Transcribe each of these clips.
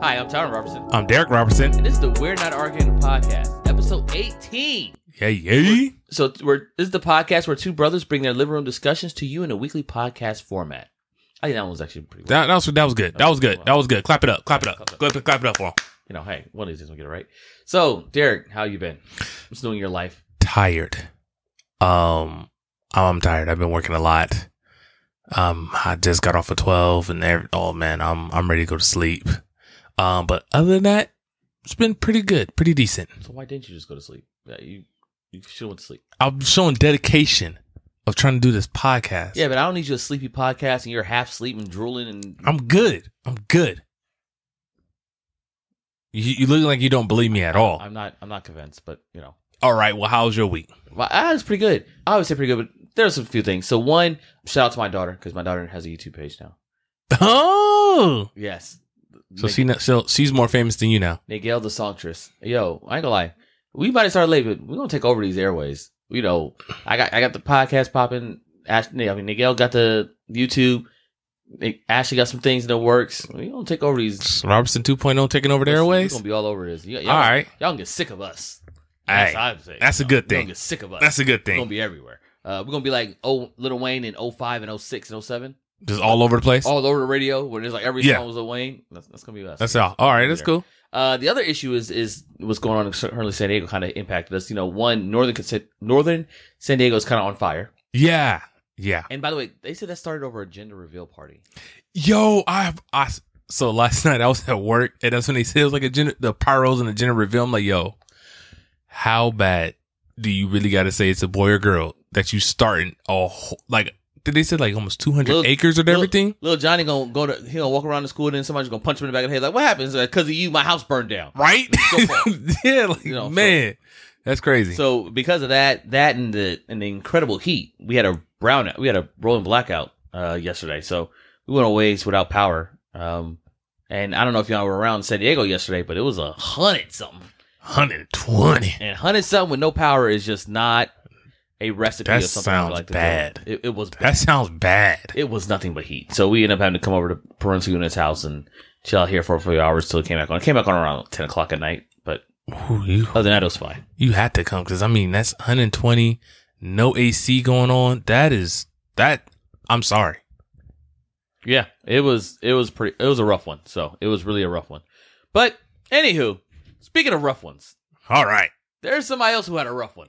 Hi, I'm Tyron Robertson. I'm Derek Robertson. And this is the We're Not Arguing podcast, episode 18. Hey, yay. So we're this is the podcast where two brothers bring their living room discussions to you in a weekly podcast format. I think that one was actually pretty well. That, that was that was good. That was good. That was good. Clap it up. Clap it up. Clap it, clap it up for him. You know, hey, one of these days we'll get it right. So, Derek, how you been? What's new in your life? Tired. Um, I'm tired. I've been working a lot. Um, I just got off at twelve, and every, oh man, I'm I'm ready to go to sleep. Um, but other than that, it's been pretty good, pretty decent. So why didn't you just go to sleep? Yeah, you you should went to sleep. I'm showing dedication of trying to do this podcast. Yeah, but I don't need you a sleepy podcast and you're half asleep and drooling and I'm good. I'm good. You, you look like you don't believe me at all. I'm not I'm not convinced, but you know. All right. Well, how's your week? Well, I was pretty good. I would say pretty good, but there's a few things. So one, shout out to my daughter because my daughter has a YouTube page now. Oh, Yes. so Nig- she not, so she's more famous than you now. Nigel the songstress. Yo, I ain't gonna lie. We might start late, but we're gonna take over these airways. You know, I got I got the podcast popping. Ash, I mean, Nigel got the YouTube. Ni- Ashley got some things in the works. We gonna take over these Robertson 2.0 taking over the We're airways. gonna be all over this. Y- y'all, All right. y'all can get sick of us. Hey, what I'm saying. that's a Y'all- good y'all can thing. Get sick of us. That's a good we're thing. gonna be everywhere. Uh, we're gonna be like oh, Little Wayne in 05 and 06 and 07. Just all over the place. all over the radio where there's like every Yeah. song was a Wayne. That's, that's gonna be us. that's all. All right, that's Yeah. cool. Uh, the other issue is is what's going on in currently San Diego kind of impacted us. You know, one northern Consi- northern San Diego is kind of on fire. Yeah, yeah. And by the way, they said that started over a gender reveal party. Yo, I, I so last night I was at work and that's when they said it was like a gender, the pyros and the gender reveal. I'm like, yo, how bad do you really got to say it's a boy or girl that you starting a whole, like did they say like almost 200 Little- acres or little- everything? Little Johnny gonna go to he gonna walk around the school, then somebody's gonna punch him in the back of the head. Like, what happens? Because of you, my house burned down. Right? Go for yeah, like You know, so- man, that's crazy. So because of that, that and the and the incredible heat, we had a brown we had a rolling blackout uh, yesterday. So we went a ways without power. Um, and I don't know if y'all were around San Diego yesterday, but it was a hundred something. 120. And hundred something with no power is just not a recipe. That of something we sounds like to bad. do. It, it was That sounds bad. it was nothing but heat. So we ended up having to come over to parental unit's house and chill out here for a few hours till it came back on. It came back on around ten o'clock at night, but Ooh, you other than that, it was fine. you had to come because I mean that's 120, no AC going on. That is that. I'm sorry. Yeah, it was it was pretty it was a rough one. So it was really a rough one. But anywho, speaking of rough ones, All right. there's somebody else who had a rough one.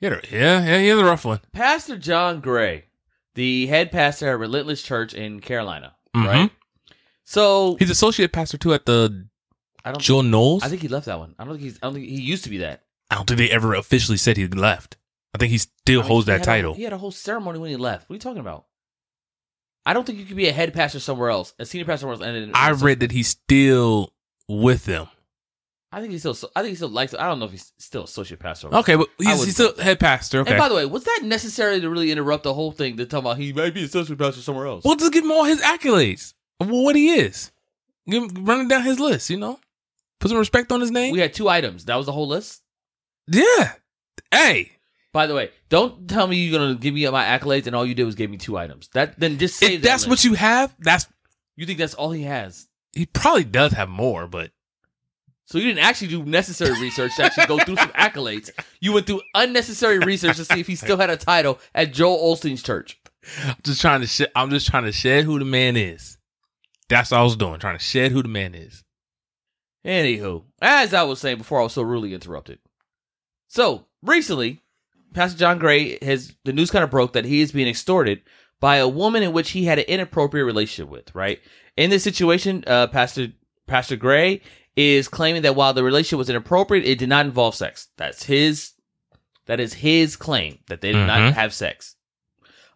Yeah, yeah, yeah. You're the rough one. Pastor John Gray, the head pastor at Relentless Church in Carolina, Mhm. right? So He's associate pastor too at the I don't Joel Knowles. I think he left that one. I don't think he's I don't think he used to be that. I don't think they ever officially said he left. I think he I still mean, holds he that had a- title. he had a whole ceremony when he left. What are you talking about? I don't think you could be a head pastor somewhere else, a senior pastor somewhere else. And then- I read that he's still with them. I think he still. I think he still likes. I don't know if he's still associate pastor. Okay, but I he's, would- he's still head pastor. Okay. And by the way, was that necessary to really interrupt the whole thing to talk about he might be a social pastor somewhere else? Well, just give him all his accolades. of what he is. Give him, running down his list, you know? Put some respect on his name. we had two items. That was the whole list. yeah. Hey. By the way, don't tell me you're gonna give me my accolades and all you did was give me two items. That then just say If that's what you have, that's you think that's all he has. he probably does have more, but So you didn't actually do necessary research to actually go through some accolades. You went through unnecessary research to see if he still had a title at Joel Olstein's church. I'm just trying to sh- I'm just trying to shed who the man is. That's all I was doing, trying to shed who the man is. Anywho, as I was saying before, I was so rudely interrupted. So recently, Pastor John Gray has the news kind of broke that he is being extorted by a woman in which he had an inappropriate relationship with. Right in this situation, uh, Pastor Pastor Gray is claiming that while the relationship was inappropriate, it did not involve sex. That's his. That is his claim that they did Mhm. not have sex.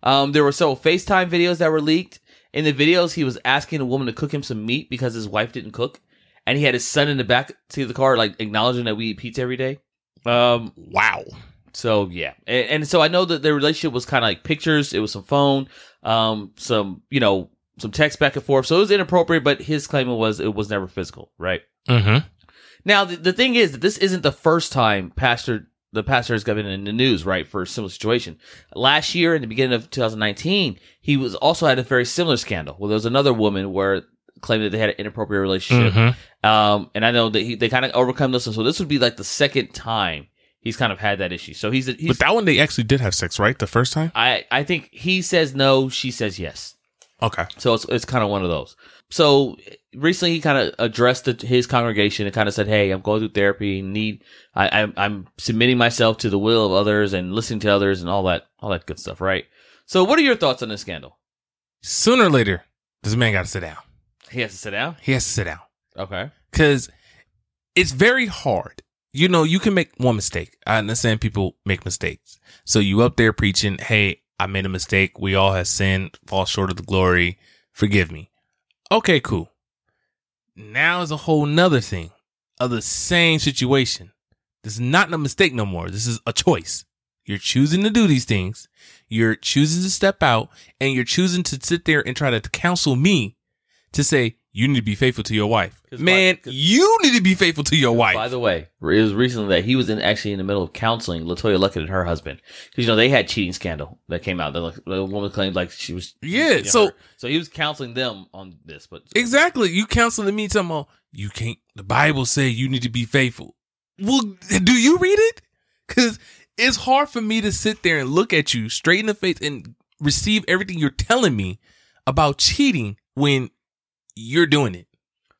Um, there were several FaceTime videos that were leaked. In the videos, he was asking a woman to cook him some meat because his wife didn't cook, and he had his son in the back seat of the car, like acknowledging that we eat pizza every day. Um, Wow. so yeah, and, and so I know that their relationship was kind of like pictures. It was some phone, um, some you know, some text back and forth. So it was inappropriate, but his claim was it was never physical, right? Mm-hmm. Now the, the thing is that this isn't the first time pastor the pastor has been in the news, right, for a similar situation. Last year, in the beginning of 2019, he was also had a very similar scandal. Well, there was another woman where claiming that they had an inappropriate relationship. Mhm. Um, and I know that he, they kind of overcome this, one, so this would be like the second time he's kind of had that issue. So he's, he's But that one they actually did have sex, right? The first time. I I think he says no, she says yes. Okay. So it's it's kind of one of those. So recently, he kind of addressed the, his congregation and kind of said, "Hey, I'm going through therapy. Need I, I'm I'm submitting myself to the will of others and listening to others and all that all that good stuff." Right. So, what are your thoughts on this scandal? Sooner or later, this man got to sit down. He has to sit down. He has to sit down Okay. because it's very hard. You know, you can make one mistake. I understand people make mistakes. So you up there preaching, "Hey, I made a mistake. We all have sinned, fall short of the glory. Forgive me." Okay, cool. Now is a whole nother thing of the same situation. This is not a mistake no more. This is a choice. You're choosing to do these things. You're choosing to step out and you're choosing to sit there and try to counsel me to say, you need to be faithful to your wife. 'Cause by- Man, 'cause- you need to be faithful to your wife. By the way, it was recently that he was in actually in the middle of counseling Latoya Luckett and her husband because you know they had cheating scandal that came out. The, the woman claimed like she was Yeah, so- so he was counseling them on this, but Exactly. You counseling me talking about you can't. The Bible say you need to be faithful. Well, do you read it? Because it's hard for me to sit there and look at you straight in the face and receive everything you're telling me about cheating when you're doing it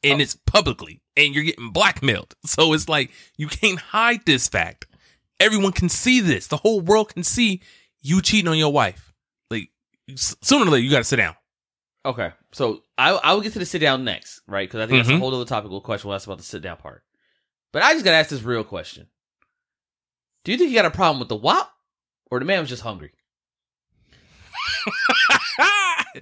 and it's publicly and you're getting blackmailed. So it's like you can't hide this fact. Everyone can see this. The whole world can see you cheating on your wife. Like s- sooner or later, you got to sit down. Okay, so I I will get to the sit down next, right? Because I think that's Mhm. a whole other topical question. Well, that's about the sit down part. But I just gotta ask this real question: Do you think he got a problem with the WAP, or the man was just hungry?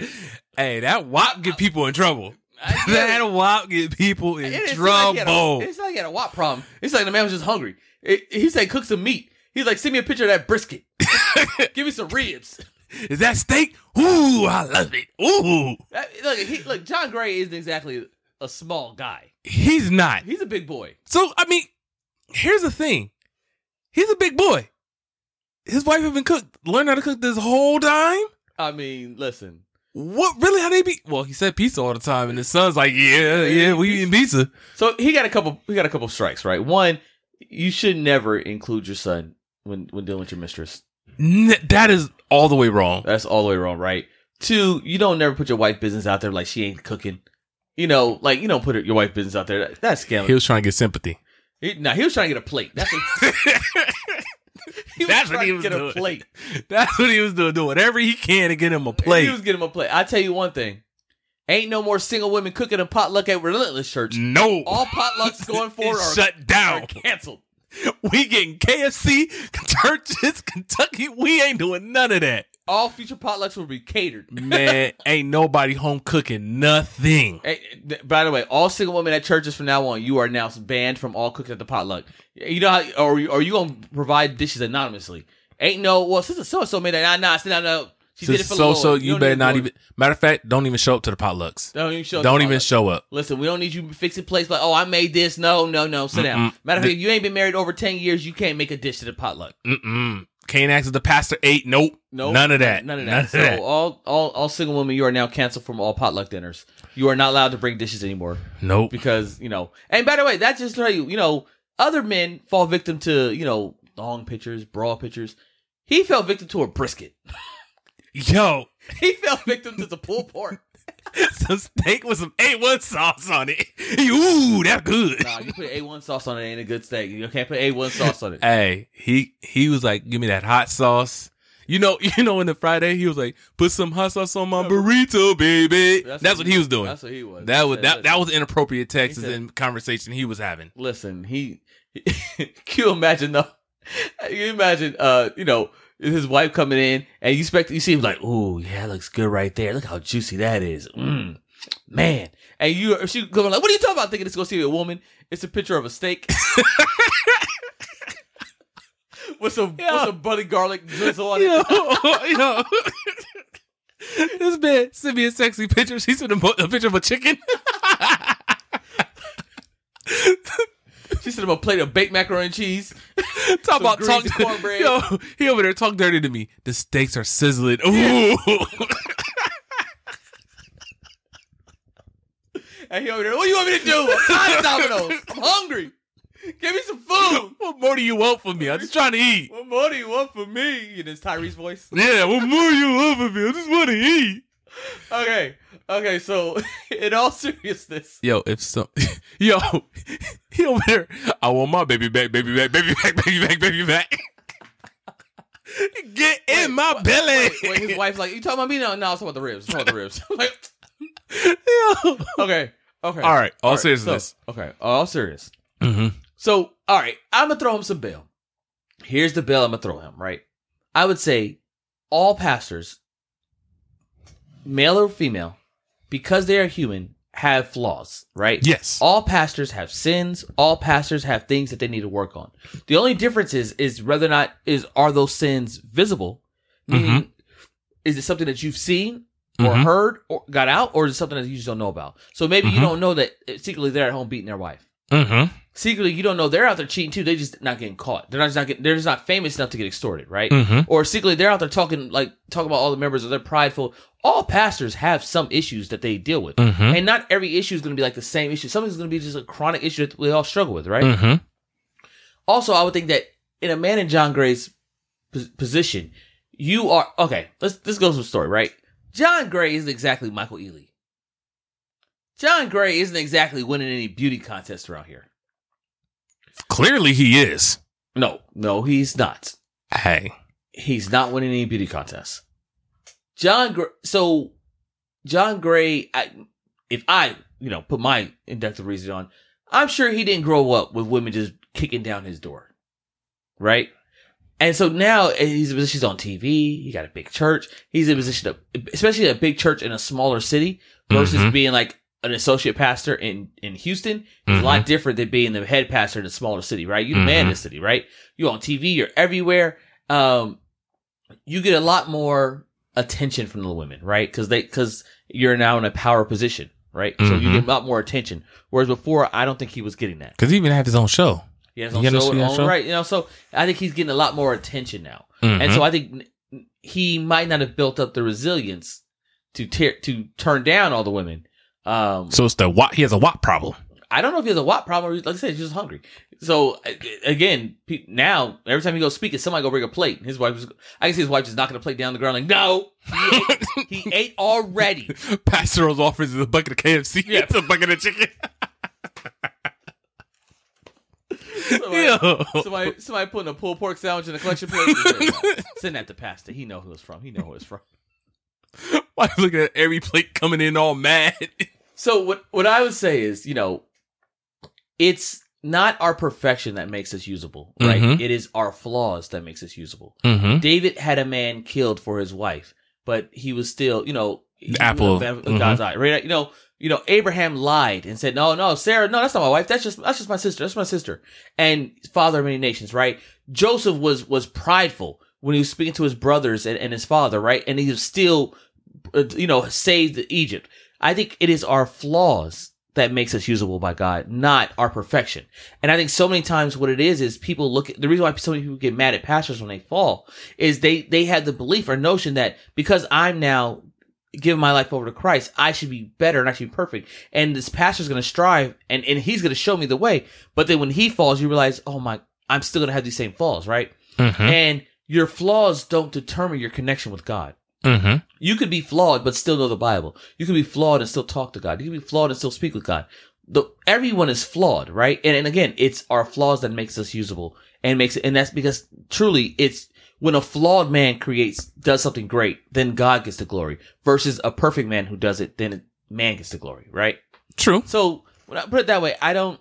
hey, that wop get people in trouble. That wop get people in It- it's not like he had a- trouble. it's not like he had a WAP problem. It's like the man was just hungry. It, he said, "Cook some meat." He's like, "Send me a picture of that brisket. Give me some ribs." Is that steak? Ooh, I love it. Ooh, That- look, he, look, John Gray isn't exactly a small guy. he's not. He's a big boy. So I mean, here's the thing. He's a big boy. His wife even cooked, learned how to cook this whole time. I mean, listen, What really? How they be? Well, he said pizza all the time, and his son's like, yeah, yeah, we eating pizza. So he got a couple. He got a couple strikes, right? One, you should never include your son when when dealing with your mistress. N- that is all the way wrong. That's all the way wrong, right? Two, you don't never put your wife business out there like she ain't cooking. You know, like you don't put your wife business out there. That- That's He scam. was trying to get sympathy. He, nah, he was trying to get a plate. That's what, he was That's what trying he to was get doing. a plate. That's what he was doing. Do whatever he can to get him a plate. He was getting him a plate. I tell you one thing: ain't no more single women cooking a potluck at Relentless Church. no. All potlucks going forward It's are, shut are down. canceled. We getting KFC, churches, Kentucky. We ain't doing none of that. All future potlucks will be catered. Man, ain't nobody home cooking nothing. Hey, th- by the way, all single women at churches from now on, you are now banned from all cooking at the potluck. You know, how, or you- or you gonna provide dishes anonymously? Ain't no. Well, sister so and so made it. Nah, nah, sit down. No, she did it for the so, Lord. so you don't better need not to- even. Matter of fact, don't even show up to the potlucks. Don't even show. up to Don't the even potluck. show up. Listen, we don't need you fixing plates like, oh, I made this. No, no, no. Sit down. Matter of fact, if you ain't been married over ten years, you can't make a dish to the potluck. Mm-mm. Can't ask if the pastor ate. Nope. No, None of that. None of that. so all, all, all single women, you are now canceled from all potluck dinners. You are not allowed to bring dishes anymore. Nope. because you know. And by the way, that's just tell you, you know, other men fall victim to you know long pitchers, brawl pitchers. He fell victim to a brisket. Yo, He fell victim to the pulled pork. some steak with some A1 sauce on it. Ooh, that's good. Nah, you put A one sauce on it, ain't a good steak. You can't put A one sauce on it. Hey, he he was like, give me that hot sauce. You know, you know, in the Friday, he was like, put some hot sauce on my burrito, baby. That's, what he was doing. That's what he was. that He was said, that, that listen, was inappropriate texts said- and conversation he was having. Listen, he. can you imagine though? Can you imagine? Uh, you know. His wife coming in, and you expect you see him like, "Ooh, yeah, that looks good right there. Look how juicy that is, mm, man." And you, she going like, "What are you talking about?" Thinking it's gonna see a woman. It's a picture of a steak with some with Yeah. some butter garlic drizzle on Yo, it. yo. this man sent me a sexy picture. She sent him a picture of a chicken. She sent him a plate of baked macaroni and cheese. Talk about greasy talking. cornbread. Yo, he over there talk dirty to me. The steaks are sizzling. Ooh. And he over there, what do you want me to do? I'm tired of Domino's. I'm hungry. Give me some food. What more do you want from me? I'm just trying to eat. What more do you want from me? And it's Tyree's voice. Yeah, what more you want from me? I just want to eat. Okay. Okay, so in all seriousness, Yo, if some, yo, he over there. I want my baby back, baby back, baby back, baby back, baby back. Get in my belly. when his wife's like, You talking about me? No, no, I was talking about the ribs. I'm talking about the ribs. I'm like, Yo. okay. Okay. All right, all, All right, seriousness. So, okay. All serious. mm-hmm. So, all right, I'm gonna throw him some bail. Here's the bail I'm gonna throw him. Right, I would say all pastors, male or female, because they are human, have flaws. Right. Yes. All pastors have sins. All pastors have things that they need to work on. The only difference is is whether or not is are those sins visible, meaning is it something that you've seen or Mhm. heard or got out, or is it something that you just don't know about? So maybe you Mhm. don't know that uh, secretly they're at home beating their wife Mm-hmm. secretly you don't know they're out there cheating too. They just not getting caught. They're not just not getting, they're just not famous enough to get extorted, right? Mm-hmm. Or secretly they're out there talking like talking about all the members of their prideful. All pastors have some issues that they deal with, Mm-hmm. and not every issue is going to be like the same issue. Something's going to be just a chronic issue that we all struggle with, right? Mm-hmm. Also, I would think that in a man in John Gray's pos- position, you are okay. Let's this goes with the story, right? John Gray isn't exactly Michael Ealy. John Gray isn't exactly winning any beauty contests around here. Clearly, he is. No, no, he's not. Hey. He's not winning any beauty contests. John, Gr- so John Gray, I, if I, you know, put my inductive reason on, I'm sure he didn't grow up with women just kicking down his door, right? And so now eh, he's in a position he's on TV. He got a big church. He's in a position of, especially a big church in a smaller city versus Mhm. being like an associate pastor in in Houston. It's Mm-hmm. a lot different than being the head pastor in a smaller city, right? You the man in the city, right? You're on TV. You're everywhere. Um, you get a lot more attention from the women, right? Because they because you're now in a power position, right? So you Mhm. get a lot more attention. Whereas before, I don't think he was getting that. Because he even had his own show. He has You on got no show, shit on on- show? right? You know, so I think he's getting a lot more attention now, and Mhm. so I think n- he might not have built up the resilience to tear to turn down all the women. Um, So it's the what he has a what problem. I don't know if he has a what problem. Or, like I said, he's just hungry. So a- a- again, pe- now every time he goes speak, it's somebody go bring a plate. And His wife, is, I can see his wife just knocking the plate down on the ground, like no, he ate, he ate already. Pastor's offers is a bucket of KFC. Yeah. It's a bucket of chicken. Somebody, somebody, somebody putting a pulled pork sandwich in a collection plate. Send that to Pastor. He know who it's from. He know who it's from. Why you looking at every plate coming in all mad? So what what I would say is, you know, it's not our perfection that makes us usable, right? Mhm. It is our flaws that makes us usable. Mm-hmm. David had a man killed for his wife, but he was still, you know, he- Apple. Mm-hmm. of God's eye, right? You know, you know, Abraham lied and said, "No, no, Sarah, no, that's not my wife. That's just that's just my sister. That's my sister." And father of many nations, right? Joseph was was prideful when he was speaking to his brothers and, and his father, right? And he was still, uh, you know, saved Egypt. I think it is our flaws that makes us usable by God, not our perfection. And I think so many times what it is is people look at the reason why so many people get mad at pastors when they fall is they they had the belief or notion that because I'm now giving my life over to Christ, I should be better and I should be perfect. And this pastor's going to strive and and he's going to show me the way. But then when he falls, you realize, oh my, I'm still going to have these same falls, right? Mm-hmm. And your flaws don't determine your connection with God. Mm-hmm. You could be flawed but still know the Bible. You could be flawed and still talk to God. You could be flawed and still speak with God. The, everyone is flawed, right? And, and again, it's our flaws that makes us usable and makes it, and that's because truly it's when a flawed man creates, does something great, then God gets the glory versus a perfect man who does it, then man gets the glory, right? True. So when I put it that way, I don't.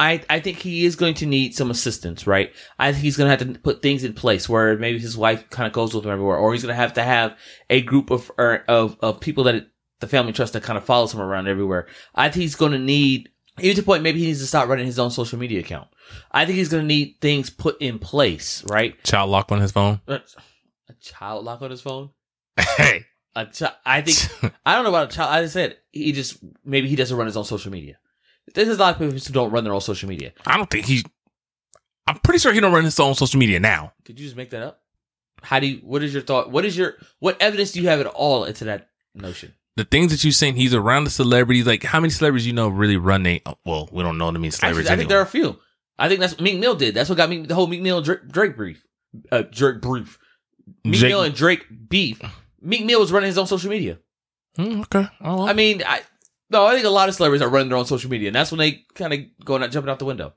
I I think he is going to need some assistance, right? I think he's going to have to put things in place where maybe his wife kind of goes with him everywhere, or he's going to have to have a group of or, of of people that the family trust that kind of follows him around everywhere. I think he's going to need. Even to the point, maybe he needs to start running his own social media account. I think he's going to need things put in place, right? Child lock on his phone. A child lock on his phone. Hey. A child. I think I don't know about a child. I just said he just maybe he doesn't run his own social media. There's a lot of people who don't run their own social media. I don't think he I'm pretty sure he don't run his own social media now. Did you just make that up? How do you? What is your thought? What is your? What evidence do you have at all into that notion? the things that you're saying, he's around the celebrities. Like, how many celebrities you know really run? They oh, well, we don't know them mean Actually, celebrities. I think there are anyway. a few. I think that's what Meek Mill did. That's what got me the whole Meek Mill and Drake, Drake brief, uh, Drake brief. Meek Jake- Mill and Drake beef. Meek Mill was running his own social media. Mm, okay, oh, I mean, I no, I think a lot of celebrities are running their own social media, and that's when they kind of going out, jumping out the window.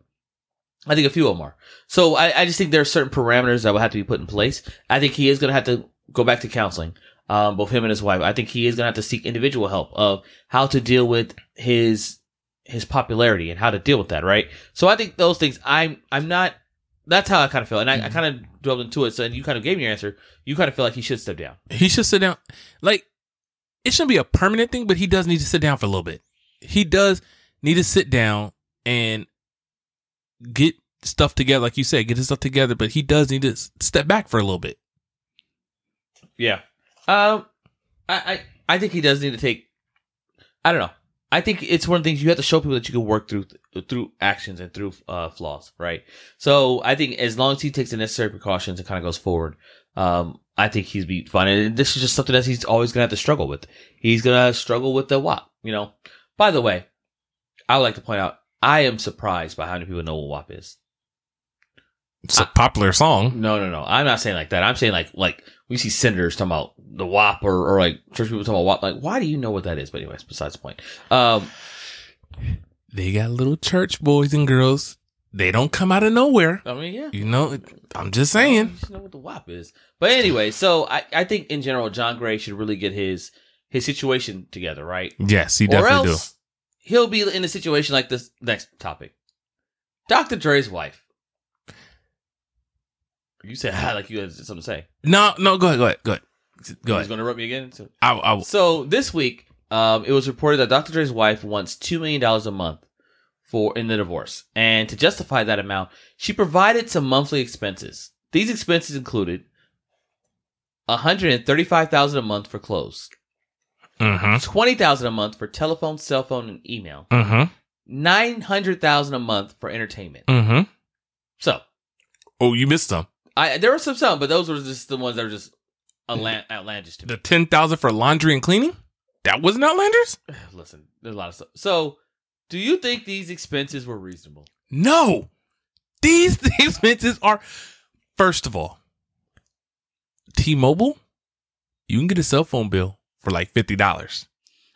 I think a few of them are. So I, I just think there are certain parameters that will have to be put in place. I think he is going to have to go back to counseling, um, both him and his wife. I think he is going to have to seek individual help of how to deal with his his popularity and how to deal with that, right? So I think those things. I'm I'm not. That's how I kind of feel, and I, I Mhm. kind of dwelled into it. So and you kind of gave me your answer. You kind of feel like he should step down. He should sit down. Like it shouldn't be a permanent thing, but he does need to sit down for a little bit. He does need to sit down and get stuff together, like you said, get his stuff together. But he does need to s- step back for a little bit. Yeah. Um, I, I I think he does need to take. I don't know. I think it's one of the things you have to show people that you can work through through actions and through uh, flaws, right? So I think as long as he takes the necessary precautions and kind of goes forward, um, I think he's be fine. And this is just something that he's always gonna have to struggle with. He's gonna struggle with the WAP, you know. By the way, I would like to point out I am surprised by how many people know what WAP is. It's a popular song. No, no, no. I'm not saying like that. I'm saying like like we see senators talking about the WAP or, or like church people talking about WAP. Like, why do you know what that is? But anyways, besides the point. Um, They got little church boys and girls. They don't come out of nowhere. I mean, yeah. You know, I'm just saying. You should know what the WAP is. But anyway, so I, I think in general, John Gray should really get his his situation together, right? Yes, he definitely do. he'll be in a situation like this next topic. Dr. Dre's wife. You said "Ah," like you had something to say. No, no, go ahead, go ahead, go ahead. Go He's ahead. going to rub me again. So- I, I, So this week, um, it was reported that Dr. Dre's wife wants two million dollars a month for in the divorce, and to justify that amount, she provided some monthly expenses. These expenses included one hundred and thirty-five thousand a month for clothes, mm-hmm, twenty thousand a month for telephone, cell phone, and email, mm-hmm, nine hundred thousand a month for entertainment. mm-hmm. So Oh, you missed some. I there were some some, but those were just the ones that were just outla- outlandish to me. The ten thousand for laundry and cleaning. That wasn't Outlanders. Listen, there's a lot of stuff. So, do you think these expenses were reasonable? No, these expenses are. First of all, T-Mobile, you can get a cell phone bill for like fifty dollars.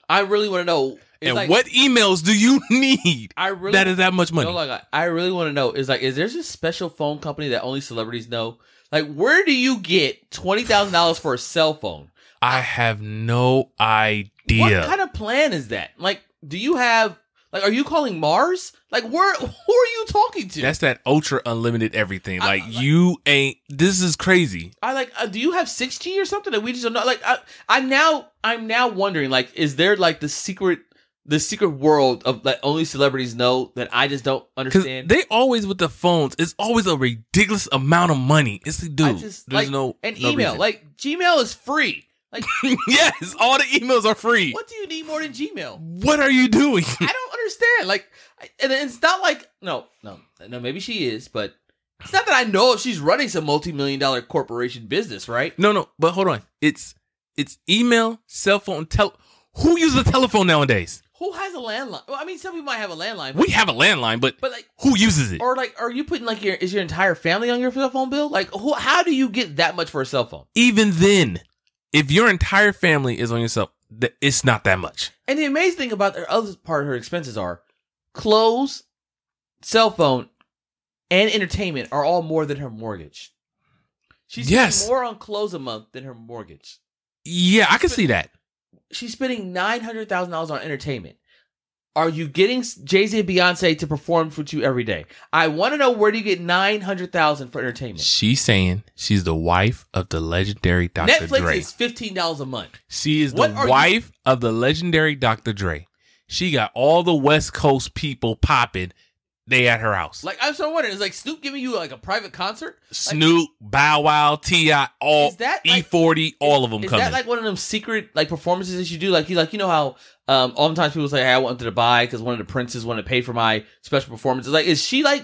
I really want to know. It's And like, what emails do you need? I really that is that much money. No, like, I- I really want to know is like, is there a special phone company that only celebrities know? Like, where do you get twenty thousand dollars for a cell phone? I have no idea. What kind of plan is that? Like, do you have like, are you calling Mars? Like, where who are you talking to? That's that ultra unlimited everything. I- Like I- you ain't. This is crazy. I like. Uh, do you have six G or something that we just don't know? Like, I, I'm now, I'm now wondering. Like, is there like the secret, the secret world of that only celebrities know that I just don't Because understand? they always with the phones. It's always a ridiculous amount of money. It's the dude. just, there's like, no and no email, reason. like Gmail, is free. Like, yes, all the emails are free. What, What do you need more than Gmail? are you doing? I don't understand. Like, I- and it's not like no, no, no. Maybe she is, but it's not that I know if she's running some multi-million dollar corporation business, right? no, no. But hold on. It's it's email, cell phone, tel. Who uses a telephone nowadays? Who has a landline? Well, I mean, some people might have a landline, but, We have a landline, but but like, who uses it? or like, are you putting like your is your entire family on your cell phone bill? Like, who? How do you get that much for a cell phone? Even then, if your entire family is on yourself, th- it's not that much. And the amazing thing about the other part of her expenses are clothes, cell phone, and entertainment are all more than her mortgage. She's Yes. spending more on clothes a month than her mortgage. Yeah, I can see that. She's spending nine hundred thousand dollars on entertainment. Are you getting Jay Z and Beyonce to perform for you every day? I want to know where do you get nine hundred thousand for entertainment? She's saying she's the wife of the legendary Dr. Netflix Dre. is fifteen dollars a month. She is What the are you- wife of the legendary Dr. Dre. She got all the West Coast people popping. They at her house. Like I'm so wondering, is like Snoop giving you like a private concert? Snoop, Bow Wow, T.I., all Is that like- E40, all of them Is coming. that like one of them secret like performances that you do? Like you like you know how um oftentimes people say, "Hey, I wanted to buy because one of the princes wanted to pay for my special performances." Like, is she like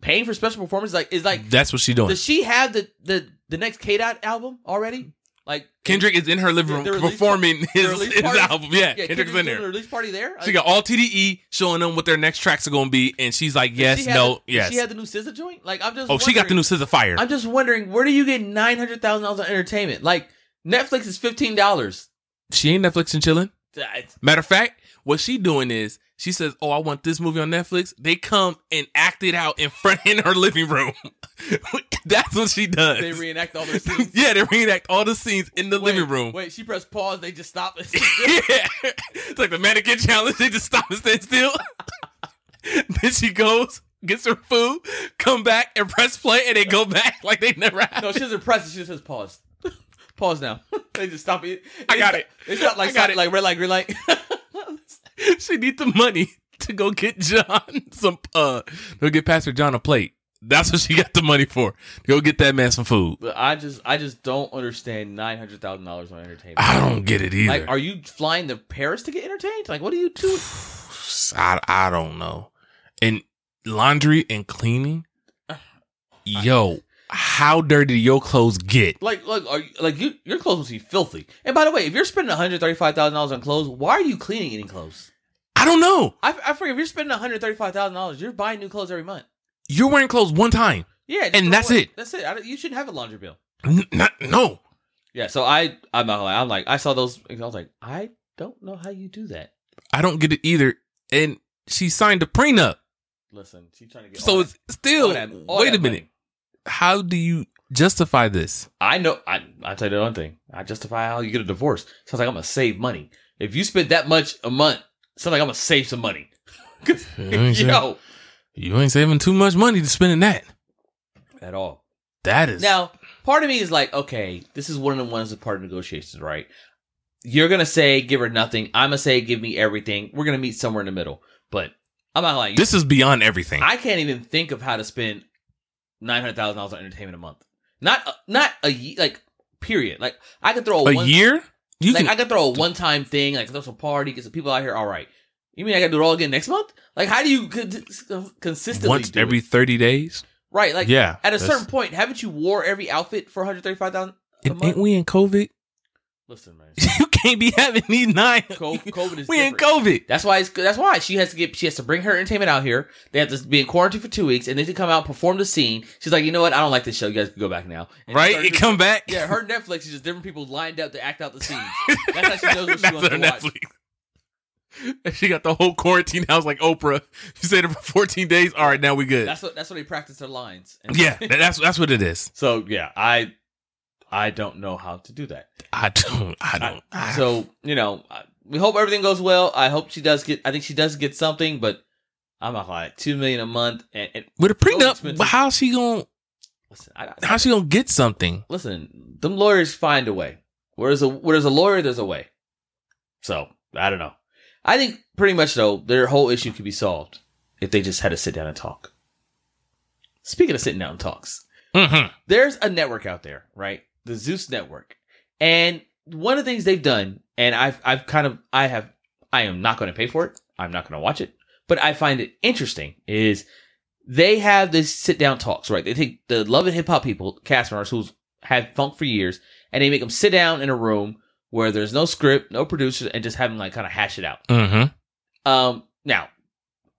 paying for special performances? Like, is like That's what she doing. does she have the the the next K Dot album already? Like Kendrick is in her living The- the room release performing his, release his party- album. Yeah, yeah, Kendrick's in doing there. a release party there. She got all TDE showing them what their next tracks are going to be, and she's like, Did yes, she have no, the- yes. She had the new SZA joint. Like I'm just. oh, she got the wondering- new Scissor Fire. I'm just wondering where do you get nine hundred thousand dollars on entertainment? Like Netflix is fifteen dollars. she ain't Netflix and chilling. It's Matter of fact, what she doing is she says, "Oh, I want this movie on Netflix." They come and act it out in front in her living room. That's what she does. they reenact all their scenes. yeah, they reenact all the scenes in the Wait, living room. Wait, she pressed pause. They just stopped. it. yeah, it's like the mannequin challenge. They just stop and stand still. then she goes, gets her food, come back and press play, and they go back like they never happened. no, she doesn't press it. She just says pause. Pause now. they just stop it. I got it. It's not like I got stop- it. like red light, green light. she need the money to go get John some uh go get Pastor John a plate. That's what she got the money for. Go get that man some food. but I just I just don't understand nine hundred thousand dollars on entertainment. I don't get it either. Like, are you flying to Paris to get entertained? Like, what do you do? I I don't know. And laundry and cleaning. Yo, how dirty do your clothes get? Like, like, are you, like you, your clothes must be filthy. And by the way, if you're spending one hundred thirty-five thousand dollars on clothes, why are you cleaning any clothes? I don't know. I, I forget. If you're spending one hundred thirty-five thousand dollars, you're buying new clothes every month. You're wearing clothes one time. Yeah, just And throw that's away. it. That's it. I don't, you shouldn't have a laundry bill. N- not- no. Yeah. So I, I'm not gonna lie. I'm like, I saw those. I was like, I don't know how you do that. I don't get it either. And she signed a prenup. Listen, she's trying to get. So all it's that- still all that- all wait that a money. minute. How do you justify this? I know. I I tell you the one thing. I justify how you get a divorce. Sounds like I'm gonna save money. If you spend that much a month, sounds like I'm gonna save some money. 'Cause- You ain't sa- yo, You ain't saving too much money to spending that. at all. That is Now, part of me is like, okay, this is one of the ones of part of negotiations, right? You're gonna say give her nothing. I'm gonna say give me everything. We're gonna meet somewhere in the middle. But I'm not like this is beyond everything. I can't even think of how to spend nine hundred thousand dollars on entertainment a month. Not a- not a ye- like period. Like I could throw a, a one, year? You like can I could throw a one time thing. Like throw some party, get some people out here. All right. You mean I gotta do it all again next month? Like how do you con- consistently once do every it? thirty days. right? Like yeah, at a that's- certain point, haven't you wore every outfit for one hundred thirty five thousand? a And month? ain't we in COVID? Listen, man. you can't be having these nine. Co- COVID is we in different. COVID. That's why it's that's why she has to get she has to bring her entertainment out here. They have to be in quarantine for two weeks, and then she come out and perform the scene. She's like, you know what? I don't like this show. You guys can go back now. And Right? start- It come back. yeah, her Netflix is just different people lined up to act out the scenes. That's how she knows what she That's wants her to watch. Netflix. And she got the whole quarantine house like Oprah. She stayed there for 14 days. All right, now we good. That's what that's what they practice their lines. And- yeah, that- that's that's what it is. So yeah, I I don't know how to do that. I don't. I don't. I- So you know, I- we hope everything goes well. I hope she does get. I think she does get something, but I'm not like two million a month. And, and with a prenup, expensive. how's she gonna listen, I, I- how's she gonna get something? listen, them lawyers find a way. Where there's a where there's a lawyer, there's a way. So I don't know. I think pretty much though, their whole issue could be solved if they just had to sit down and talk. Speaking of sitting down and talks, hmm there's a network out there, right? The Zeus Network, and one of the things they've done, and I've I've kind of I have I am not going to pay for it. I'm not going to watch it, but I find it interesting is they have this sit down talks, right? They take the love and hip hop people, cast members who's had funk for years, and they make them sit down in a room where there's no script, no producer, and just have them like kind of hash it out. hmm Um, now,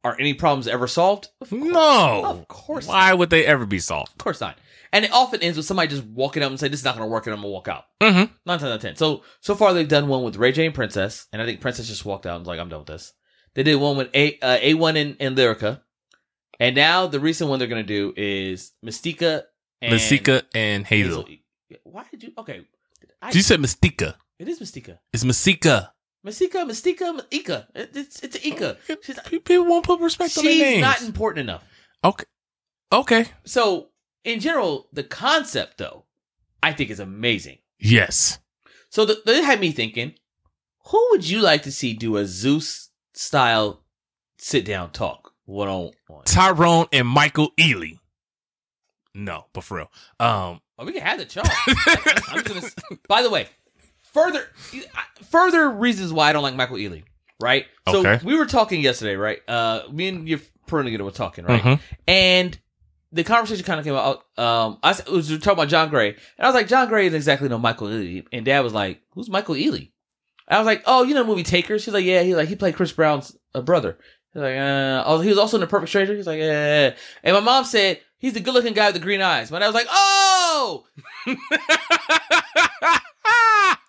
are any problems ever solved? Of course- No. of course. not. Why would they ever be solved? Of course not. And it often ends with somebody just walking up and saying, "This is not going to work," and I'm gonna walk out. Mm-hmm. Nine times out of ten. So so far they've done one with Ray J and Princess, and I think Princess just walked out and was like, "I'm done with this." They did one with A uh, A One and, and Lyrica, and now the recent one they're gonna do is Mystica and E-, Masika and Hazel. Why did you? Okay, I, You said Mystica. it is Mystica. It's Masika. Mystica, Mystica, Ika. It, it's it's Ika. She's, People won't put respect Oh, on their she's names. not important enough. okay. Okay. So in general, the concept though, I think is amazing. Yes. So th that had me thinking, who would you like to see do a Zeus style sit down talk one on one? Tyrone and Michael Ealy. No, but for real. Um. Oh, we can have the chalk. I'm just gonna, s- by the way, further e, further reasons why I don't like Michael Ealy. Right. So Okay. Mm-hmm. we were talking yesterday, right? Uh, me and your Pernigan were talking, right? mhm. And the conversation kind of came out. Um, I s- was talking about John Gray, and I was like, John Gray is exactly no Michael Ealy. And Dad was like, Who's Michael Ealy? I was like, Oh, you know the movie Takers? He's like, Yeah. He like he played Chris Brown's uh, brother. He's like, uh, oh, he was also in The Perfect Stranger. He's like, yeah. And my mom said he's the good-looking guy with the green eyes. My dad was like, Oh, ah!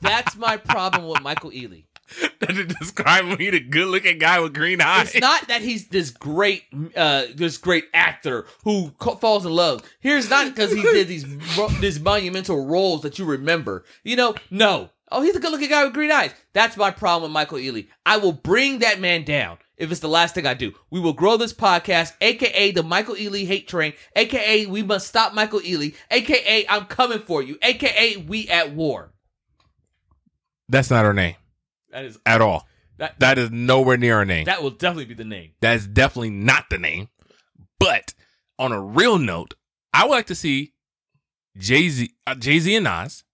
that's my problem with Michael Ealy. that to describe me the good looking guy with green eyes. It's not that he's this great, uh, this great actor who co- falls in love. Here's not because he did these ro- these monumental roles that you remember. You know, no. Oh, he's a good-looking guy with green eyes. That's my problem with Michael Ealy. I will bring that man down if it's the last thing I do. We will grow this podcast, aka the Michael Ealy hate train, aka we must stop Michael Ealy, aka I'm coming for you, aka we at war. That's not her name That is at all. That- that is nowhere near her name. that will definitely be the name. That is definitely not the name. But on a real note, I would like to see Jay Z, uh, Jay Z and Nas.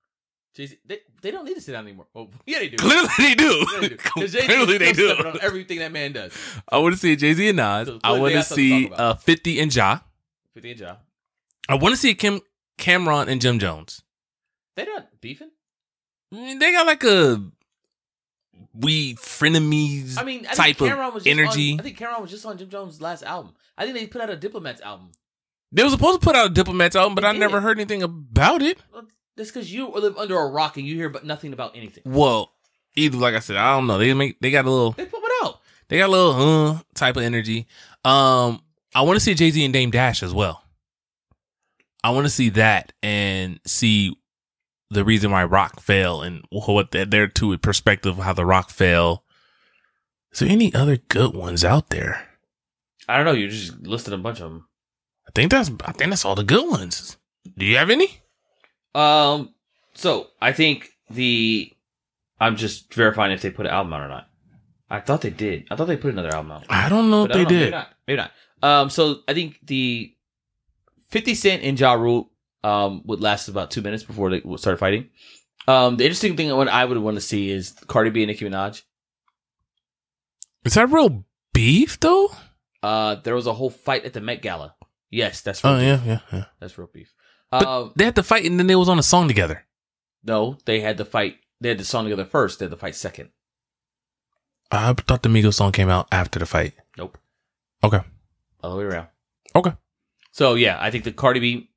Jeez, they, they don't need to sit down anymore. Oh, yeah, they do. Clearly they do. Because Clearly they do. On everything that man does. I want to see Jay Z and Nas. So I clearly want they to got something to see talk uh, about. Fifty and Ja. Fifty and Ja. I want to see Kim Cameron and Jim Jones. They not beefing. Mm, They got like a we frenemies. I mean, I Type of think Cameron was just energy. On, I think Cameron was just on Jim Jones' last album. I think they put out a Diplomats album. they were supposed to put out a Diplomats album, but They I did. never heard anything about it. That's because you live under a rock and you hear but nothing about anything. Well, either like I said, I don't know. They make they got a little They put one out. They got a little uh type of energy. Um, I want to see Jay Z and Dame Dash as well. I want to see that and see the reason why Rock fell and what their- their two perspective of how the Rock fell. Is there any other good ones out there? I don't know. You just listed a bunch of them. I think that's I think that's all the good ones. Do you have any? Um. So I think the I'm just verifying if they put an album out or not. I thought they did. I thought they put another album out. I don't know if But they I don't know, did. Maybe not. Maybe not. Um, so I think the 50 Cent and Ja Rule um, would last about two minutes before they would start fighting. Um, the interesting thing what I would want to see is Cardi B and Nicki Minaj. Is that real beef though? Uh, there was a whole fight at the Met Gala. Yes, that's real Oh beef. yeah, yeah, yeah. That's real beef. But- Um, They had to fight and then they was on a song together. no, they had the fight. They had the song together first. They had the fight second. I thought the Migos song came out after the fight. Nope. Okay. All the way around. Okay. So yeah, I think the Cardi B,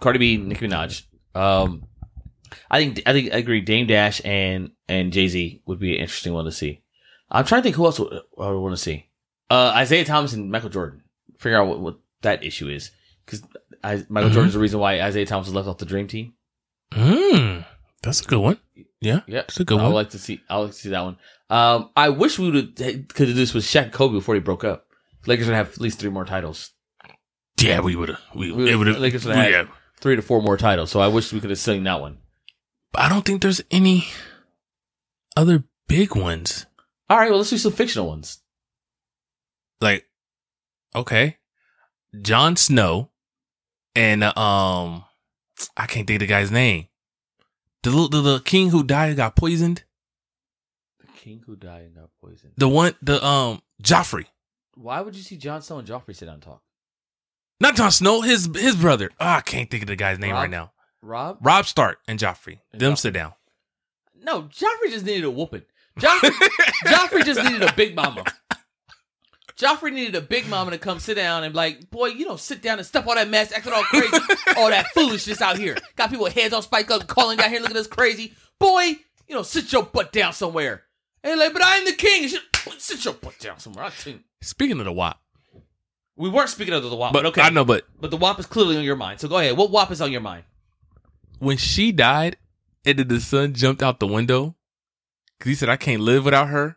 Cardi B, Nicki Minaj. Um, I think I think I agree. Dame Dash and and Jay Z would be an interesting one to see. I'm trying to think who else would, I would want to see. Uh, Isaiah Thomas and Michael Jordan. Figure out what, what that issue is because Michael Mhm. Jordan's the reason why Isaiah Thomas was left off the Dream Team. Mm, that's a good one. Yeah, Yeah, that's a good I would one. like to see. I would like to see that one. Um, I wish we would could do this with Shaq and Kobe before they broke up. Lakers would have at least three more titles, yeah, we would have. We We, it would have. would've- Lakers would've had- Yeah. three to four more titles. So I wish we could have seen that one. I don't think there's any other big ones. All right, well, let's do some fictional ones. Like, okay, Jon Snow, and uh, um, I can't think of the guy's name. The little, the, the king who died and got poisoned. The king who died and got poisoned. The one, the um, Joffrey, Why would you see Jon Snow and Joffrey sit down and talk? not Jon Snow, his his brother. Oh, I can't think of the guy's name Rob? right now. Rob? Rob Stark and Joffrey. And Them Joffrey. sit down. No, Joffrey just needed a whooping. Joffrey, Joffrey just needed a big mama. Joffrey needed a big mama to come sit down and be like, boy, you don't sit down and stuff all that mess, acting all crazy, all that foolishness out here. Got people with heads all spiked up, calling down here, looking at us crazy. Boy, you know, sit your butt down somewhere. And like, but I'm the king. Shit, Sit your butt down somewhere. I tell you. Speaking of the WAP, We weren't speaking of the WAP, but I know, but But the WAP is clearly on your mind. So go ahead. What WAP is on your mind? when she died, and then the son jumped out the window because he said, "I can't live without her."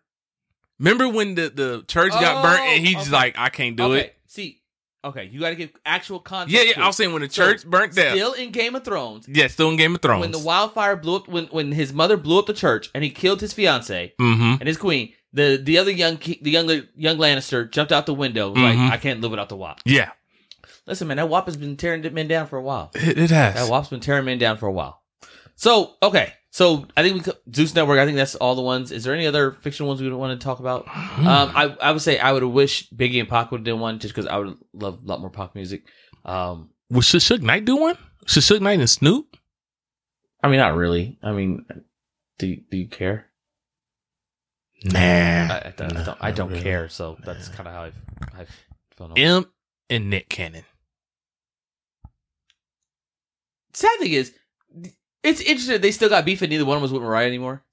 Remember when the, the church got Oh, burnt and he just okay. like, "I can't do okay. it." See, okay, you got to give actual context. Yeah, yeah. to I it. was saying when the So, church burnt down. Still in Game of Thrones, yeah, still in Game of Thrones. when the wildfire blew up, when when his mother blew up the church and he killed his fiance mm-hmm. and his queen, the the other young ki- the young young Lannister jumped out the window was Mhm. like I can't live without the WAP. Yeah, Listen, man, that WAP has been tearing men down for a while. it, it has. That WAP's been tearing men down for a while. So okay, so I think we co- Zeus Network. I think that's all the ones. Is there any other fictional ones we would want to talk about? Mm-hmm. Um, I I would say I would wish Biggie and Pac would have done one just because I would love a lot more Pac music. Um, Well, should Suge Knight do one? Should Suge Knight and Snoop? I mean, not really. I mean, do do you care? Nah. I, I don't. I don't, I Not don't really. care. So that's kind of how I've, I've felt. on- M and Nick Cannon. Sad thing is, it's interesting. They still got beef, and neither one of us with Mariah anymore.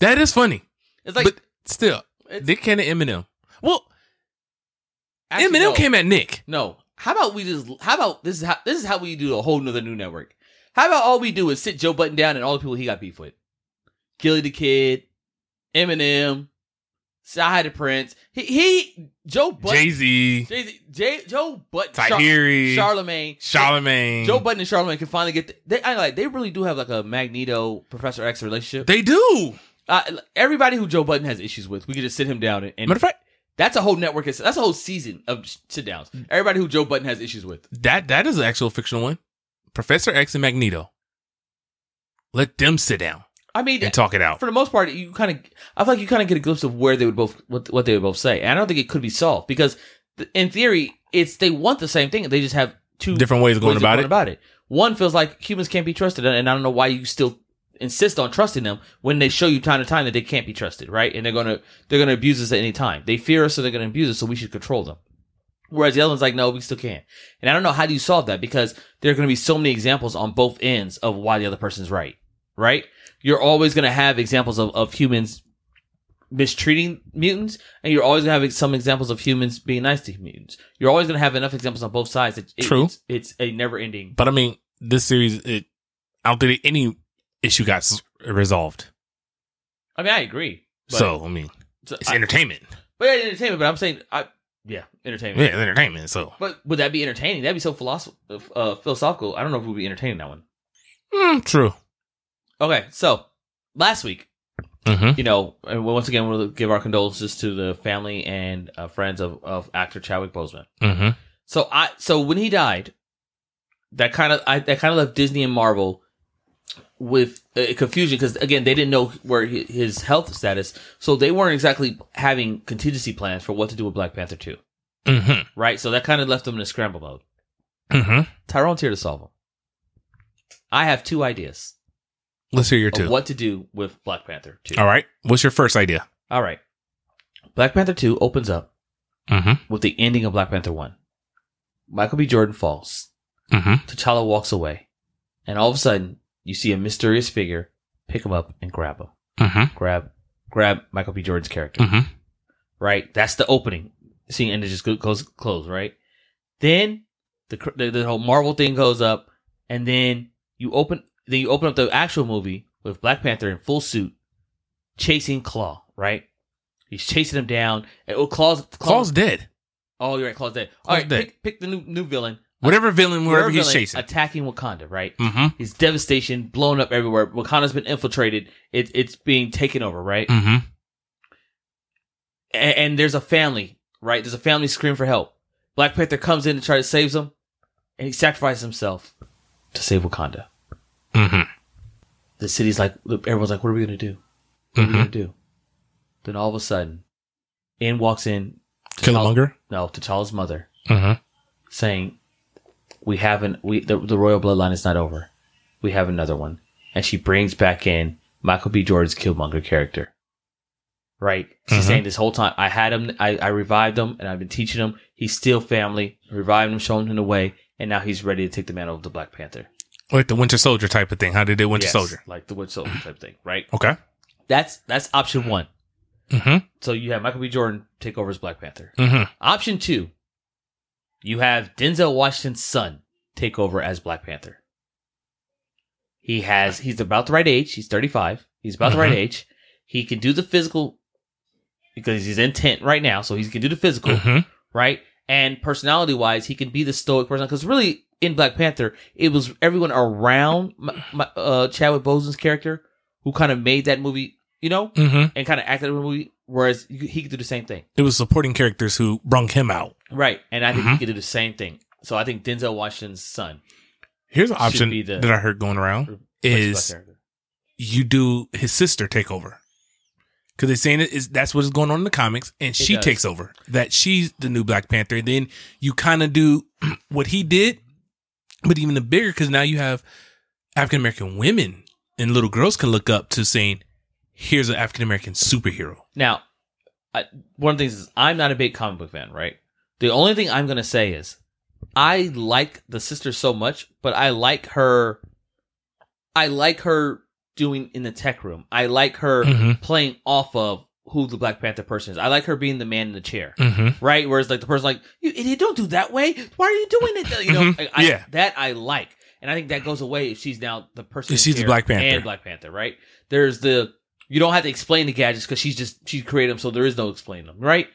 That is funny. It's like But- Still, it's, Nick Cannon, Eminem. Well, actually, Eminem no. came at Nick. No. How about we just? How about this is how this is how we do a whole nother new network. How about all we do is sit Joe Button down and all the people he got beef with, Gilly the Kid, Eminem, Side the Prince. He, he Joe Jay Button, Z, Jay-Z, Jay, Joe Button, Tahiri, Charlemagne, Charlemagne. Joe Button and Charlemagne can finally get. The, they I like they really do have like a Magneto Professor X relationship. They do. uh, everybody who Joe Button has issues with, we can just sit him down and. Matter and of fact, that's a whole network. That's a whole season of sit downs. Everybody who Joe Button has issues with. that that is an actual fictional one. Professor X and Magneto. Let them sit down I mean, and talk it out. for the most part, you kind of, I feel like you kind of get a glimpse of where they would both, what, what they would both say. And I don't think it could be solved because, th- in theory, it's they want the same thing. They just have two Different ways of going ways of about it. One feels like humans can't be trusted, and I don't know why you still insist on trusting them when they show you time to time that they can't be trusted, right? And they're gonna they're gonna abuse us at any time. They fear us, so they're gonna abuse us. So we should control them. Whereas the other one's like, no, we still can't. And I don't know how do you solve that because there are gonna be so many examples on both ends of why the other person's right, right? You're always gonna have examples of of humans mistreating mutants and you're always gonna have some examples of humans being nice to mutants you're always gonna have enough examples on both sides that it- True. it's, it's a never ending But I mean, this series, it, I don't think any issue got s- resolved. i mean i agree but, so I mean, so it's I- entertainment. but yeah, entertainment but i'm saying i yeah entertainment Yeah, it's entertainment. So but would that be entertaining that'd be so philosoph- uh, philosophical i don't know if we'd be entertaining that one Mm, true. okay so last week Mm-hmm. you know, and once again, we'll give our condolences to the family and uh, friends of, of actor Chadwick Boseman. Mm-hmm. So I, so when he died, that kind of I that kind of left Disney and Marvel with uh, confusion because again they didn't know where hi- his health status, so they weren't exactly having contingency plans for what to do with Black Panther two, Mm-hmm. right? So that kind of left them in a scramble mode. Mm-hmm. Tyrone's here to solve them. I have two ideas Let's hear your of two. what to do with Black Panther two. All right. What's your first idea? All right, Black Panther two opens up Mm-hmm. with the ending of Black Panther 1. Michael B. Jordan falls. Mm-hmm. T'Challa walks away. And all of a sudden, you see a mysterious figure pick him up and grab him. Mm-hmm. Grab, grab Michael B. Jordan's character. Mm-hmm. Right? That's the opening scene, and it just go- goes close, right? Then the, cr- the the whole Marvel thing goes up, and then you open then you open up the actual movie with Black Panther in full suit chasing Claw, right? He's chasing him down. And, oh, Claw's, Claw's Claw's dead. Oh, you're right. Claw's dead. All right, dead. Pick, pick the new new villain. Whatever villain, wherever Your he's villain chasing. attacking Wakanda. Right. Mm-hmm. His devastation, blown up everywhere. Wakanda's been infiltrated. It, it's being taken over. Right. Mm-hmm. A- And, there's a family. Right. There's a family screaming for help. Black Panther comes in to try to save them, and he sacrifices himself to save Wakanda. Mm-hmm. The city's like, everyone's like, what are we gonna do? What are we Mhm. gonna do? Then all of a sudden, in walks in Killmonger. no T'Challa's mother, Mm-hmm. saying, "We haven't. We the, the royal bloodline is not over. We have another one." And she brings back in Michael B. Jordan's Killmonger character. Right? She's Mhm. saying this whole time, "I had him. I, I revived him, and I've been teaching him. He's still family. Revived him, showing him the way, and now he's ready to take the mantle of the Black Panther. Like the Winter Soldier type of thing. How they did Winter Yes, Soldier? like the Winter Soldier type thing. Right? Okay. That's that's option one. Mm-hmm. So you have Michael B. Jordan take over as Black Panther. Mm-hmm. Option two, you have Denzel Washington's son take over as Black Panther. He has he's about the right age. He's thirty five. He's about the right Mhm. age. He can do the physical because he's in tent right now, so he can do the physical, Mm-hmm. right? And personality wise, he can be the stoic person because really in Black Panther, it was everyone around my, my, uh, Chadwick Boseman's character who kind of made that movie, you know, Mm-hmm. and kind of acted in the movie. Whereas you- he could do the same thing. It was supporting characters who brung him out. Right. And I think he Mhm. could do the same thing. So I think Denzel Washington's son Here's an Should option be the- that I heard going around plays is Black Panther. you do his sister take over. Because they're saying it is that's what is going on in the comics, and she does. takes over. That she's the new Black Panther. And then you kind of do what he did, but even the bigger because now you have African American women and little girls can look up to saying, "Here's an African American superhero." Now, I, one of the things is I'm not a big comic book fan, right? The only thing I'm going to say is I like the sister so much, but I like her. I like her doing in the tech room. I like her Mhm. playing off of who the Black Panther person is. I like her being the man in the chair, Mm-hmm. right? Whereas like the person like you idiot, don't do that way. Why are you doing it? You know, Mhm. like, I, Yeah. that I like, and I think that goes away if she's now the person. If in she's the chair Black Panther. and Black Panther, right? There's the you don't have to explain the gadgets because she's just she created them, so there is no explaining them, right?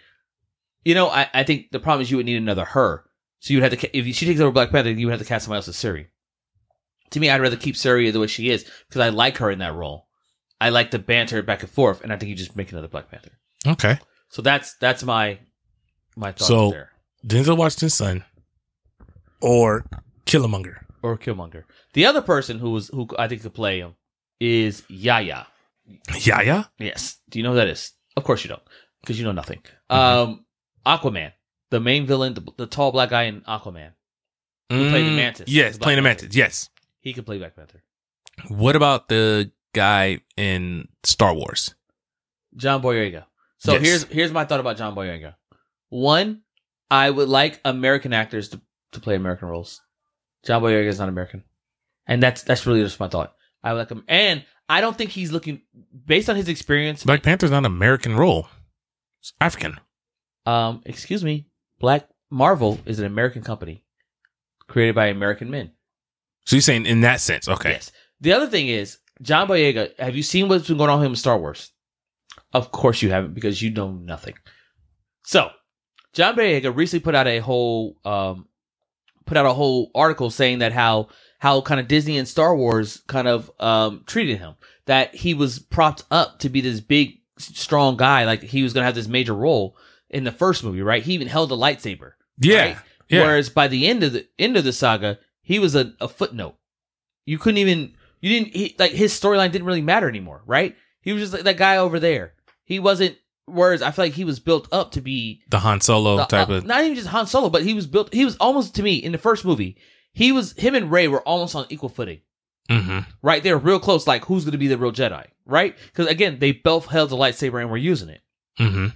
You know, I, I think the problem is you would need another her. So you would have to ca- if she takes over Black Panther, you would have to cast somebody else as Siri. To me, I'd rather keep Siri the way she is because I like her in that role. I like the banter back and forth, and I think you just make another Black Panther. Okay. So that's that's my my thoughts So- there. Denzel Washington's son, or Killmonger. Or Killmonger. The other person who was who I think could play him is Yaya. Yaya. Yes. Do you know who that is? Of course you don't, because you know nothing. Mhm. Um, Aquaman, the main villain, the, the tall black guy in Aquaman. played the Mantis. Mm, Yes, The Black playing the Panther. mantis. Yes. He can play Black Panther. What about the guy in Star Wars? John Boyega. So Yes. here's here's my thought about John Boyega. One, I would like American actors to, to play American roles. John Boyega is not American, and that's that's really just my thought. I would like him, and I don't think he's looking based on his experience. Black Panther's not an American role. It's African. Um, excuse me, Black Marvel is an American company created by American men. So you're saying in that sense, okay? Yes. The other thing is, John Boyega, have you seen what's been going on with him in Star Wars? Of course you haven't because you know nothing. So, John Boyega recently put out a whole um put out a whole article saying that how how kind of Disney and Star Wars kind of um treated him. That he was propped up to be this big s- strong guy like he was going to have this major role in the first movie, right? He even held a lightsaber. Yeah. Right? Yeah. Whereas by the end of the end of the saga, he was a, a footnote. You couldn't even you didn't he, like his storyline didn't really matter anymore, right? He was just like that guy over there. He wasn't. Whereas I feel like he was built up to be the Han Solo the- type uh, of. not even just Han Solo, but he was built. He was almost to me in the first movie. He was him and Ray were almost on equal footing, hmm right? They were real close. Like who's going to be the real Jedi, right? Because again, they both held the lightsaber and were using it. hmm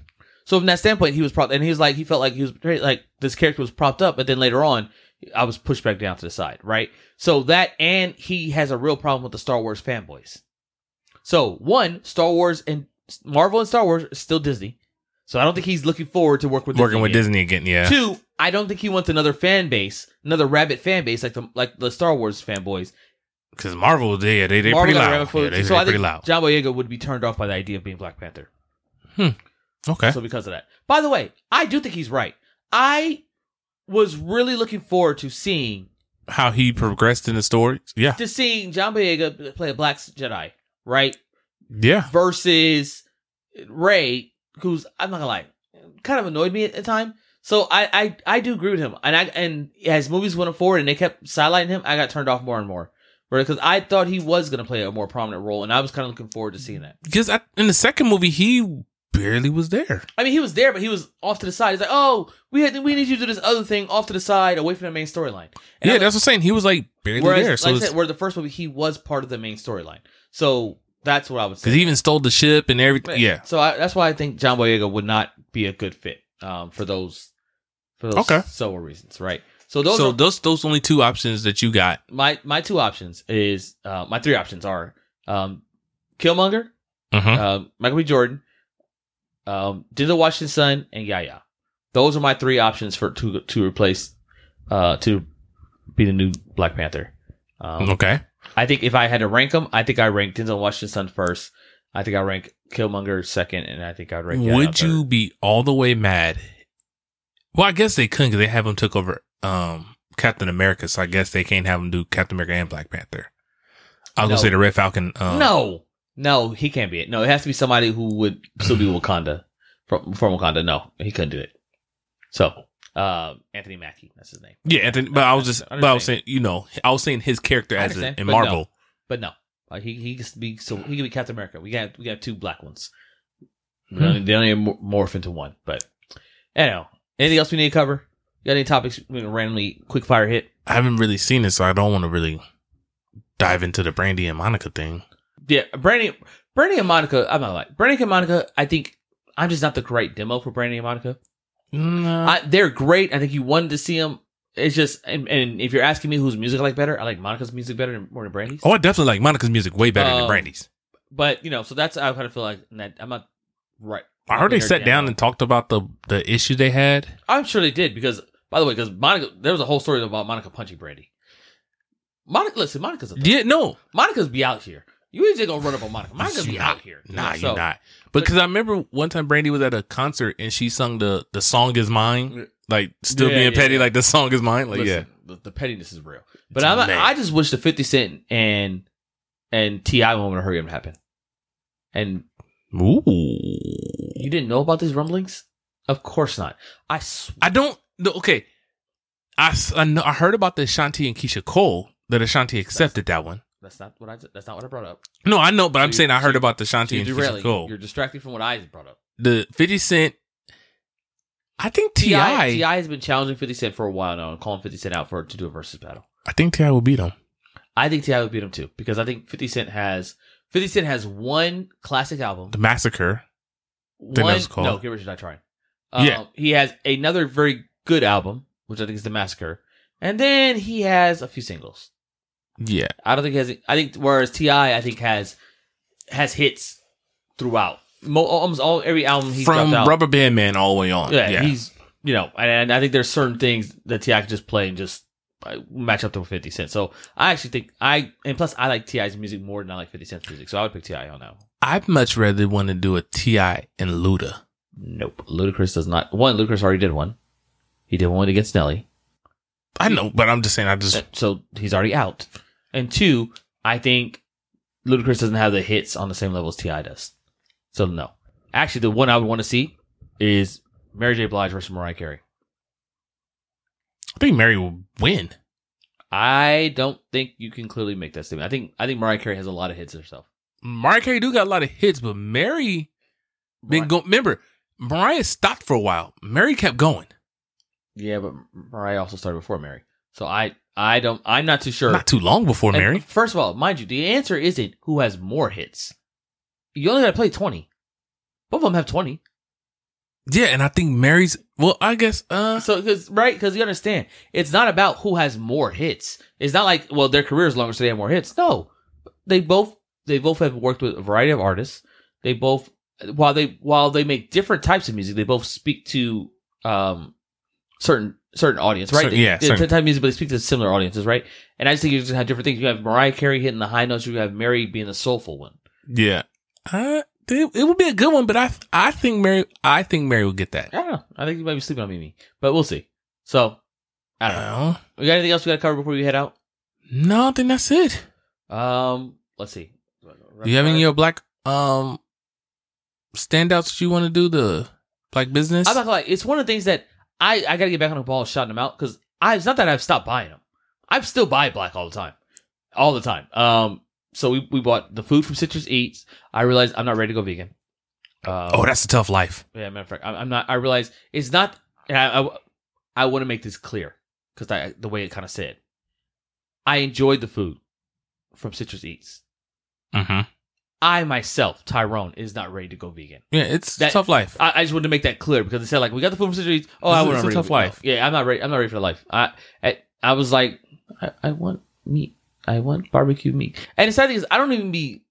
So from that standpoint, he was propped, and he was like, he felt like he was very- like this character was propped up, but then later on, I was pushed back down to the side, right? So that, and he has a real problem with the Star Wars fanboys. So one, Star Wars and Marvel and Star Wars is still Disney, so I don't think he's looking forward to work with Working Disney with again. Disney again, yeah. Two, I don't think he wants another fan base, another rabbit fan base like the like the Star Wars fanboys. Because Marvel, they yeah, they they Marvel pretty got loud. ramifications, Yeah, they so they I pretty think loud. John Boyega would be turned off by the idea of being Black Panther. Okay. So because of that. By the way, I do think he's right. I was really looking forward to seeing How he progressed in the story? Yeah, to seeing John Boyega play a black Jedi, right? yeah. Versus Ray, who's I'm not gonna lie, kind of annoyed me at the time. So I I, I do agree with him, and I and as movies went forward and they kept sidelining him, I got turned off more and more. Because I thought he was going to play a more prominent role, and I was kind of looking forward to seeing that. Because I- in the second movie, he barely was there. I mean, he was there, but he was off to the side. He's like, "Oh, we had, we need you to do this other thing off to the side, away from the main storyline." And yeah, I'm that's what I'm saying. He was like barely Whereas, there. So like I it's- said, where the first movie, he was part of the main storyline. So that's what I would say. Because he even stole the ship and everything. Right. Yeah. So I, that's why I think John Boyega would not be a good fit um, for those for those Okay. several reasons, right? So those so are those those only two options that you got. my my two options is uh, my three options are um, Killmonger, Mhm. um, Michael B. Jordan, um, Denzel Washington's son, and Yaya. Those are my three options for to to replace uh, to be the new Black Panther. Um, okay. I think if I had to rank them, I think I rank Denzel Washington first. I think I rank Killmonger second, and I think I'd rank. Yaya Would third. you be all the way mad? Well, I guess they couldn't because they have him took over um, Captain America, so I guess they can't have him do Captain America and Black Panther. I was No. gonna say the Red Falcon. Um, no, no, he can't be it. No, it has to be somebody who would still be Wakanda from from Wakanda. No, he couldn't do it. So, uh, Anthony Mackie, that's his name. Yeah, Anthony, but I was I just, understand. but I was saying, you know, I was saying his character I as a, understand, in but no. Marvel. But no, Like he he could be so he could be Captain America. We got we got two black ones. Hmm. They don't- They don't even mor- morph into one. But anyhow, anything else we need to cover? Got any topics we can randomly quick fire hit? I haven't really seen it, so I don't want to really dive into the Brandy and Monica thing. Yeah, Brandy, Brandy and Monica. I'm not like Brandy and Monica. I think I'm just not the right demo for Brandy and Monica. No, I, they're great. I think you wanted to see them. It's just, and, and if you're asking me whose music I like better, I like Monica's music better than more than Brandy's. oh, I definitely like Monica's music way better Um, than Brandy's. But you know, so that's I kind of feel like that I'm not right. I heard they they're sat down down. and talked about the the issue they had. I'm sure they did because, by the way, because Monica, there was a whole story about Monica punching Brandy. Monica, listen, Monica's a thug. Yeah, no, Monica's be out here. You ain't just gonna run up on Monica. Monica's be Nah, out here. nah, So, you're not. Because I remember one time Brandy was at a concert and she sung the the song is Yeah. mine, like still Yeah, being yeah, petty, yeah. like the song is mine, like Listen, the, the pettiness is real. But It's I'm not, mad. I just wish the 50 Cent and and Ti moment to hurry up and happen. And yeah. Ooh, you didn't know about these rumblings? Of course not. I swear. I don't. No, okay, I s- I, know, I heard about the Ashanti and Keisha Cole that Ashanti accepted that one. That's not what I. That's not what I brought up. No, I know, but So I'm you- saying I heard about the So Ashanti you're and derailing. Keisha Cole. You're distracting from what I brought up. the Fifty Cent. I think Ti. Ti has been challenging Fifty Cent for a while now, and calling Fifty Cent out for to do a versus battle. I think Ti will beat him. I think Ti would beat him too because I think Fifty Cent has Fifty Cent has one classic album. The massacre. that One was called. no, get rich or die trying. Um, Yeah. he has another very good album, which I think is the Massacre, and then he has a few singles. Yeah, I don't think he has. I think whereas Ti, I think has has hits throughout. Mo, almost all every album he's from dropped out. Rubber Band Man all the way on. yeah, Yeah, he's you know, and, and I think there's certain things that Ti can just play and just uh, match up to Fifty Cent. So I actually think I and plus I like Ti's music more than I like Fifty Cent's music. So I would pick Ti on that. one. I'd much rather want to do a Ti and Luda. Nope, Ludacris does not. One, Ludacris already did one. He did one against Nelly, I know, but I'm just saying. I just so he's already out. And two, I think Ludacris doesn't have the hits on the same level as Ti does. So no, actually, the one I would want to see is Mary J. Blige versus Mariah Carey. I think Mary will win. I don't think you can clearly make that statement. I think I think Mariah Carey has a lot of hits herself. Mariah Carey do got a lot of hits, but Mary been Right. go. Remember, Mariah stopped for a while. Mary kept going. Yeah, but Mariah also started before Mary. So I I don't I'm not too sure. Not too long before And Mary. First of all, mind you, the answer isn't who has more hits. You only gotta play twenty. Both of them have twenty. Yeah, and I think Mary's. Well, I guess. Uh, So because right because you understand it's not about who has more hits. It's not like well their career is longer so they have more hits. No, they both they both have worked with a variety of artists. They both while they while they make different types of music, they both speak to um certain certain audience, right? Certain- They- yeah, they, certain- type of music, but they speak to similar audiences, right? And I just think you just have different things. You have Mariah Carey hitting the high notes. You have Mary being the soulful one. yeah. Uh, it, it would be a good one, but I I think Mary I think Mary will get that. I don't know. I think you might be sleeping on Mimi, but we'll see. So I don't know. Uh, We got anything else we got to cover before we head out? no, I think that's it. Um, let's see. Do you have any of your black um standouts you want to do the black business? I'm not gonna lie. It's one of the things that I I gotta get back on the ball, shouting them out because I it's not that I've stopped buying them. I still buy black all the time, all the time. Um, so we we bought the food from Citrus Eats. I realized I'm not ready to go vegan. Um, oh, that's a tough life. yeah, matter of fact, I'm, I'm not. I realize it's not. And I I, want to make this clear because I the way it kind of said. I enjoyed the food from Citrus Eats. Mm-hmm. I myself, Tyrone, is not ready to go vegan. Yeah, it's That- tough life. I, I just wanted to make that clear because they said like we got the food from Citrus. Oh, This I is- want it's a tough life. Yeah, I'm not ready. I'm not ready for life. I I, I was like, I, I want meat. I want barbecue meat. And the sad thing is, I don't even be.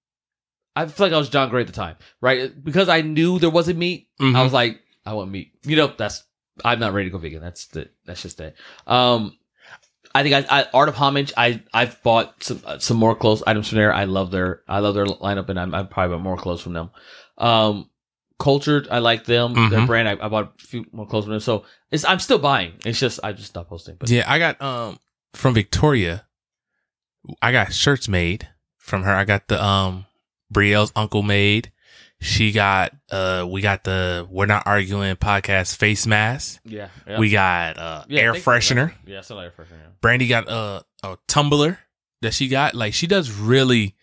I feel like I was John Gray at the time, right? Because I knew there wasn't meat. Mhm. I was like, I want meat. You know, that's I'm not ready to go vegan. That's the that's just it. Um, I think I, I Art of Homage. I I've bought some uh, some more clothes items from there. I love their I love their lineup, and I'm I probably bought more clothes from them. Um, Cultured, I like them. Their Mhm. brand, I, I bought a few more clothes from them. So it's I'm still buying. It's just I just stopped posting. But yeah, I got um from Victoria. I got shirts made from her. I got the um Brielle's uncle made. She got uh we got the we're not arguing podcast face mask. yeah, We got uh air freshener. uh, Yeah, I still like air freshener. Brandy got a a tumbler that she got. Like she does really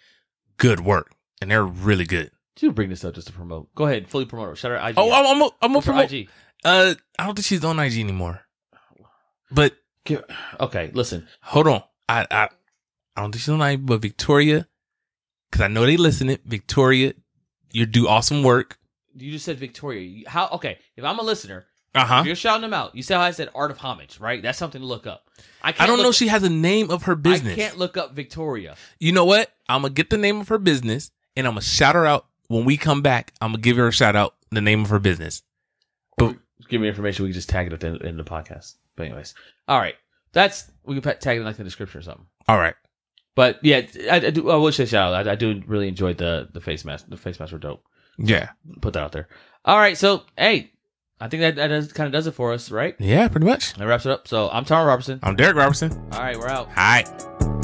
good work, and they're really good. You bring this up just to promote. Go ahead, fully promote her. Shout her IG. Oh, I'm I'm a, I'm a What's her promote. IG. Uh, I don't think she's on IG anymore. But Give- Okay, listen. hold on, I I, I don't think she's on IG. But Victoria, because I know they listening. Victoria, you do awesome work. You just said Victoria. You- How? Okay, if I'm a listener, Uh if huh. you're shouting them out. You said how I said art of homage, right? That's something to look up. I can't I don't look, know. if She has a name of her business. I can't look up Victoria. You know what? I'm gonna get the name of her business and I'm gonna shout her out when we come back. I'm gonna give her a shout out the name of her business. give me information. We can just tag it at the end, end of the podcast. But anyways, all right. That's we can pa- tag it in like the description or something. All right. But yeah, I, I do. I will say shout out. I, I do really enjoy the the face mask. The face masks were dope. Yeah. Put that out there. All right. So hey, I think that that does, kind of does it for us, right? Yeah. Pretty much. Uh, That wraps it up. So I'm Tom Robertson. I'm Derek Robertson. All right, we're out. All right.